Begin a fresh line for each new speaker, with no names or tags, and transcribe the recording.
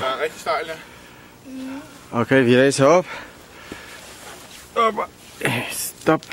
Ja, recht steilen.
Okay, wieder ist er ab. Aber, stopp.